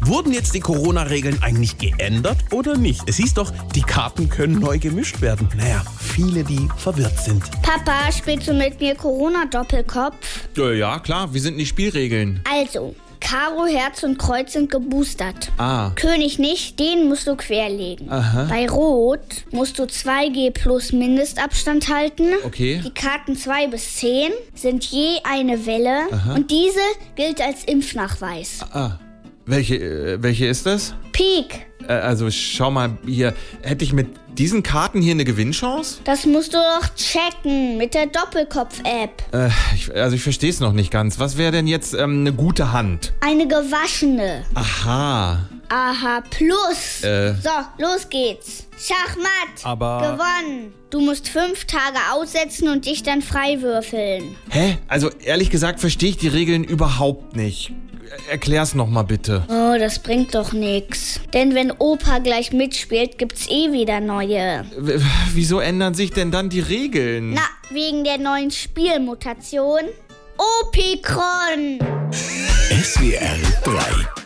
Wurden jetzt die Corona-Regeln eigentlich geändert oder nicht? Es hieß doch, die Karten können neu gemischt werden. Naja, viele, die verwirrt sind. Papa, spielst du mit mir Corona-Doppelkopf? Äh, ja, klar, wie sind denn die Spielregeln? Also, Karo, Herz und Kreuz sind geboostert. Ah, König nicht, den musst du querlegen. Aha. Bei Rot musst du 2G plus Mindestabstand halten. okay. Die Karten 2 bis 10 sind je eine Welle und diese gilt als Impfnachweis. Ah, welche, äh, welche ist das? Peak, Äh, also schau mal hier, hätte ich mit diesen Karten hier eine Gewinnchance? das musst du doch checken mit der Doppelkopf-App. Äh, ich, also ich verstehe es noch nicht ganz. Was wäre denn jetzt ähm, eine gute Hand? Eine gewaschene. Aha. Aha, plus. Äh. So, los geht's. Schachmatt. Aber- Gewonnen. Du musst fünf Tage aussetzen und dich dann freiwürfeln. Hä? Also ehrlich gesagt verstehe ich die Regeln überhaupt nicht. Erklär's noch mal bitte. Oh, das bringt doch nix. Denn wenn Opa gleich mitspielt, gibt's eh wieder neue. W wieso ändern sich denn dann die Regeln? Na, wegen der neuen Spielmutation. Opikron. SWR 3